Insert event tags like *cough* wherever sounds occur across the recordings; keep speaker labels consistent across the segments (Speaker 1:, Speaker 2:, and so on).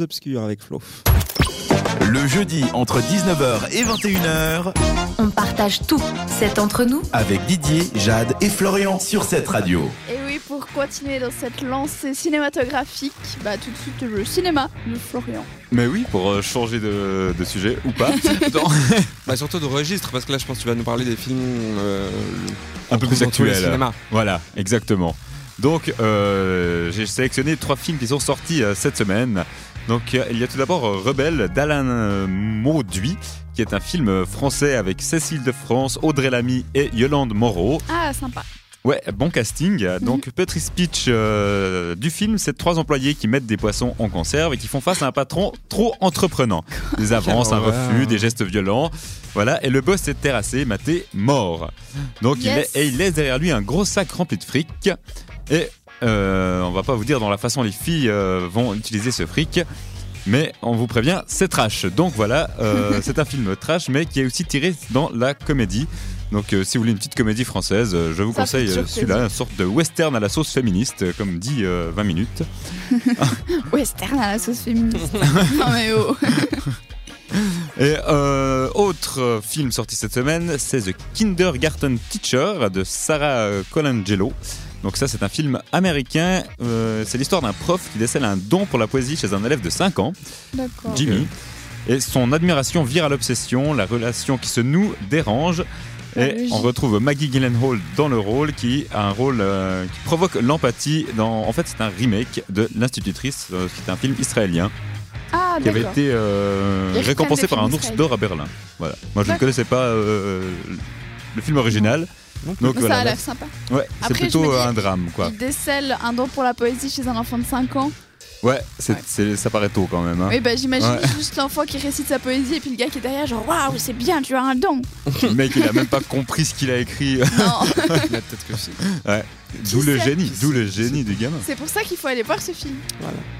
Speaker 1: obscurs avec Flo.
Speaker 2: Le jeudi entre 19h et 21h
Speaker 3: On partage tout, c'est entre nous.
Speaker 2: avec Didier, Jade et Florian sur cette radio.
Speaker 4: Et oui, pour continuer dans cette lancée cinématographique, bah tout de suite le cinéma de Florian.
Speaker 5: Mais oui, pour euh, changer de, de sujet
Speaker 6: *laughs*
Speaker 5: ou pas.
Speaker 6: Dans- bah, surtout de registre, parce que là, je pense que tu vas nous parler des films euh,
Speaker 5: Un peu
Speaker 6: qu'on trouve
Speaker 5: plus
Speaker 6: dans tous les
Speaker 5: actuel. *laughs*
Speaker 6: cinémas.
Speaker 5: Voilà, exactement. Donc, euh, j'ai sélectionné trois films qui sont sortis euh, cette semaine. Donc, euh, il y a tout d'abord euh, Rebelle d'Alain euh, Mauduit, qui est un film euh, français avec Cécile de France, Audrey Lamy et Yolande Moreau.
Speaker 4: Ah, sympa.
Speaker 5: Ouais, bon casting. Donc, petit speech euh, du film c'est trois employés qui mettent des poissons en conserve et qui font face à un patron trop entreprenant. Des avances, un
Speaker 6: horreur.
Speaker 5: refus, des gestes violents. Voilà, et le boss est terrassé, maté, mort. Donc, il,
Speaker 4: Yes.
Speaker 5: la- et il laisse derrière lui un gros sac rempli de fric. Et euh, on va pas vous dire dans la façon les filles euh, vont utiliser ce fric. Mais on vous prévient, c'est trash. Donc voilà, euh, c'est un film trash, mais qui est aussi tiré dans la comédie. Donc euh, si vous voulez une petite comédie française, euh, je vous
Speaker 4: Ça fait
Speaker 5: conseille euh,
Speaker 4: toujours
Speaker 5: celui-là, une sorte de western à la sauce féministe, euh, comme dit euh, 20 minutes.
Speaker 4: Western à la sauce
Speaker 5: *laughs*
Speaker 4: féministe. non mais oh.
Speaker 5: Et euh, autre euh, film sorti cette semaine, c'est The Kindergarten Teacher de Sarah euh, Colangelo. Donc ça c'est un film américain, Euh, c'est l'histoire d'un prof qui décèle un don pour la poésie chez un élève de 5 ans.
Speaker 4: D'accord.
Speaker 5: Jimmy. Et son admiration vire à l'obsession, la relation qui se noue dérange.
Speaker 4: La
Speaker 5: Et
Speaker 4: logique.
Speaker 5: on retrouve Maggie Gyllenhaal dans le rôle qui a un rôle euh, qui provoque l'empathie. Dans... En fait, c'est un remake de L'Institutrice, euh, qui est un film israélien
Speaker 4: Ah,
Speaker 5: qui avait
Speaker 4: d'accord.
Speaker 5: été euh,
Speaker 4: Ils reprennent
Speaker 5: récompensé
Speaker 4: des
Speaker 5: par un
Speaker 4: films
Speaker 5: ours
Speaker 4: israéliens.
Speaker 5: d'or à Berlin. Voilà. Moi, je ne
Speaker 4: D'accord.
Speaker 5: connaissais pas euh, le film original. Donc,
Speaker 4: Ça
Speaker 5: voilà,
Speaker 4: a
Speaker 5: là,
Speaker 4: l'air sympa.
Speaker 5: ouais, c'est
Speaker 4: Après, je
Speaker 5: plutôt
Speaker 4: me dis-
Speaker 5: euh, un drame, quoi.
Speaker 4: Il décèle un don pour la poésie chez un enfant de 5 ans.
Speaker 5: Ouais, c'est-
Speaker 4: Ouais.
Speaker 5: c'est- ça paraît tôt quand même. hein.
Speaker 4: Oui, bah j'imagine
Speaker 5: Ouais.
Speaker 4: juste l'enfant qui récite sa poésie et puis le gars qui est derrière, genre waouh, c'est bien, tu as un
Speaker 5: *laughs*
Speaker 4: don.
Speaker 5: Le mec, il a même pas compris ce qu'il a
Speaker 4: *laughs*
Speaker 5: écrit.
Speaker 4: Non,
Speaker 6: Mais peut-être que si.
Speaker 5: D'où le
Speaker 4: sait
Speaker 5: génie,
Speaker 6: Qui
Speaker 5: d'où le
Speaker 6: sait
Speaker 5: génie du gamin.
Speaker 4: c'est pour ça qu'il faut aller voir ce film.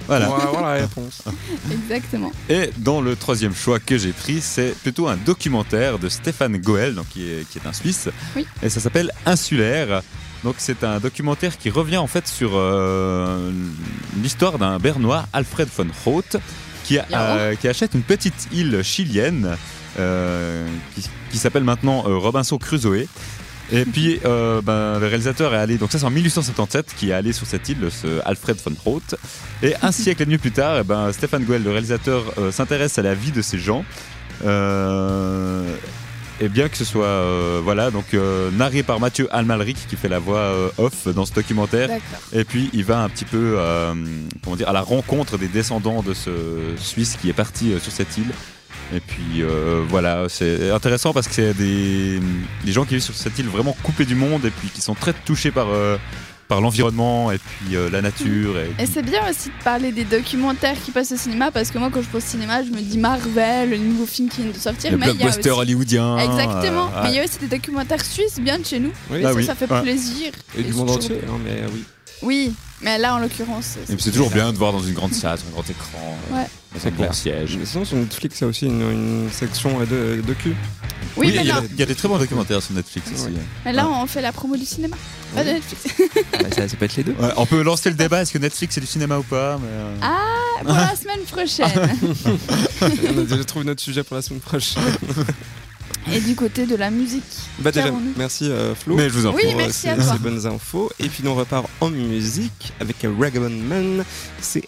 Speaker 5: Voilà.
Speaker 6: On va avoir la réponse.
Speaker 4: Exactement.
Speaker 5: Et dans le troisième choix que j'ai pris, c'est plutôt un documentaire de Stéphane Goel, donc qui, est, qui est un Suisse.
Speaker 4: Oui.
Speaker 5: Et ça s'appelle Insulaire. Donc c'est un documentaire qui revient en fait sur euh, l'histoire d'un Bernois, Alfred von Roth, qui, a-
Speaker 4: Yo.
Speaker 5: euh, qui achète une petite île chilienne euh, qui, qui s'appelle maintenant euh, Robinson Crusoe. Et puis euh, ben, le réalisateur est allé, donc ça c'est en 1877 qui est allé sur cette île, ce Alfred von Roth. Et un siècle et demi plus tard, eh ben, Stéphane Goel, le réalisateur, euh, s'intéresse à la vie de ces gens. Euh, et bien que ce soit euh, voilà donc euh, narré par Mathieu Almalric qui fait la voix euh, off dans ce documentaire.
Speaker 4: D'accord.
Speaker 5: Et puis il va un petit peu euh, comment dire, à la rencontre des descendants de ce Suisse qui est parti euh, sur cette île. Et puis euh, voilà, c'est intéressant parce que c'est des, des gens qui vivent sur cette île vraiment coupés du monde et puis qui sont très touchés par, euh, par l'environnement et puis euh, la nature. Et,
Speaker 4: Et c'est bien aussi de parler des documentaires qui passent au cinéma parce que moi, quand je pense cinéma, je me dis Marvel, le nouveau film qui vient de sortir.
Speaker 5: les
Speaker 4: mais il y a aussi-
Speaker 5: blockbusters hollywoodiens.
Speaker 4: Exactement.
Speaker 5: euh,
Speaker 4: mais il y a aussi des documentaires suisses bien de chez nous.
Speaker 6: Oui.
Speaker 4: Et
Speaker 5: Ah
Speaker 4: ça,
Speaker 5: oui.
Speaker 4: ça fait
Speaker 5: Ouais.
Speaker 4: plaisir.
Speaker 6: Et du
Speaker 4: c'est
Speaker 6: monde
Speaker 4: toujours-
Speaker 6: entier. hein, mais oui.
Speaker 4: Oui, mais là en l'occurrence.
Speaker 5: Et puis c'est toujours bien de voir dans une grande salle, sur un grand écran, euh,
Speaker 4: Ouais.
Speaker 5: dans un
Speaker 6: C'est
Speaker 5: grand
Speaker 6: clair.
Speaker 5: siège.
Speaker 6: Mais sinon, sur Netflix, il y a aussi une, une section euh, de, docu.
Speaker 4: Oui, mais
Speaker 5: il y,
Speaker 4: là,
Speaker 5: a- il y a des Ah. très bons documentaires sur Netflix aussi.
Speaker 4: mais là, on fait la promo du cinéma. Pas de Netflix.
Speaker 6: Ah, bah, ça, peut être les deux.
Speaker 5: Ouais, on peut lancer le débat, est-ce que Netflix c'est du cinéma ou pas mais, euh,
Speaker 4: Ah, Pour
Speaker 5: *laughs*
Speaker 4: la semaine
Speaker 5: Ah
Speaker 4: prochaine.
Speaker 6: *laughs* On a déjà trouvé notre sujet pour la semaine *laughs* prochaine.
Speaker 4: Et du côté de la musique.
Speaker 6: Bah, déjà,
Speaker 4: Qu'avons-nous
Speaker 6: merci euh, Flo.
Speaker 5: Mais je vous en
Speaker 4: Oui,
Speaker 5: prie.
Speaker 4: merci
Speaker 6: ces-
Speaker 4: à toi.
Speaker 6: ces bonnes infos. Et puis nous on repart en musique avec Ragabond Man, c'est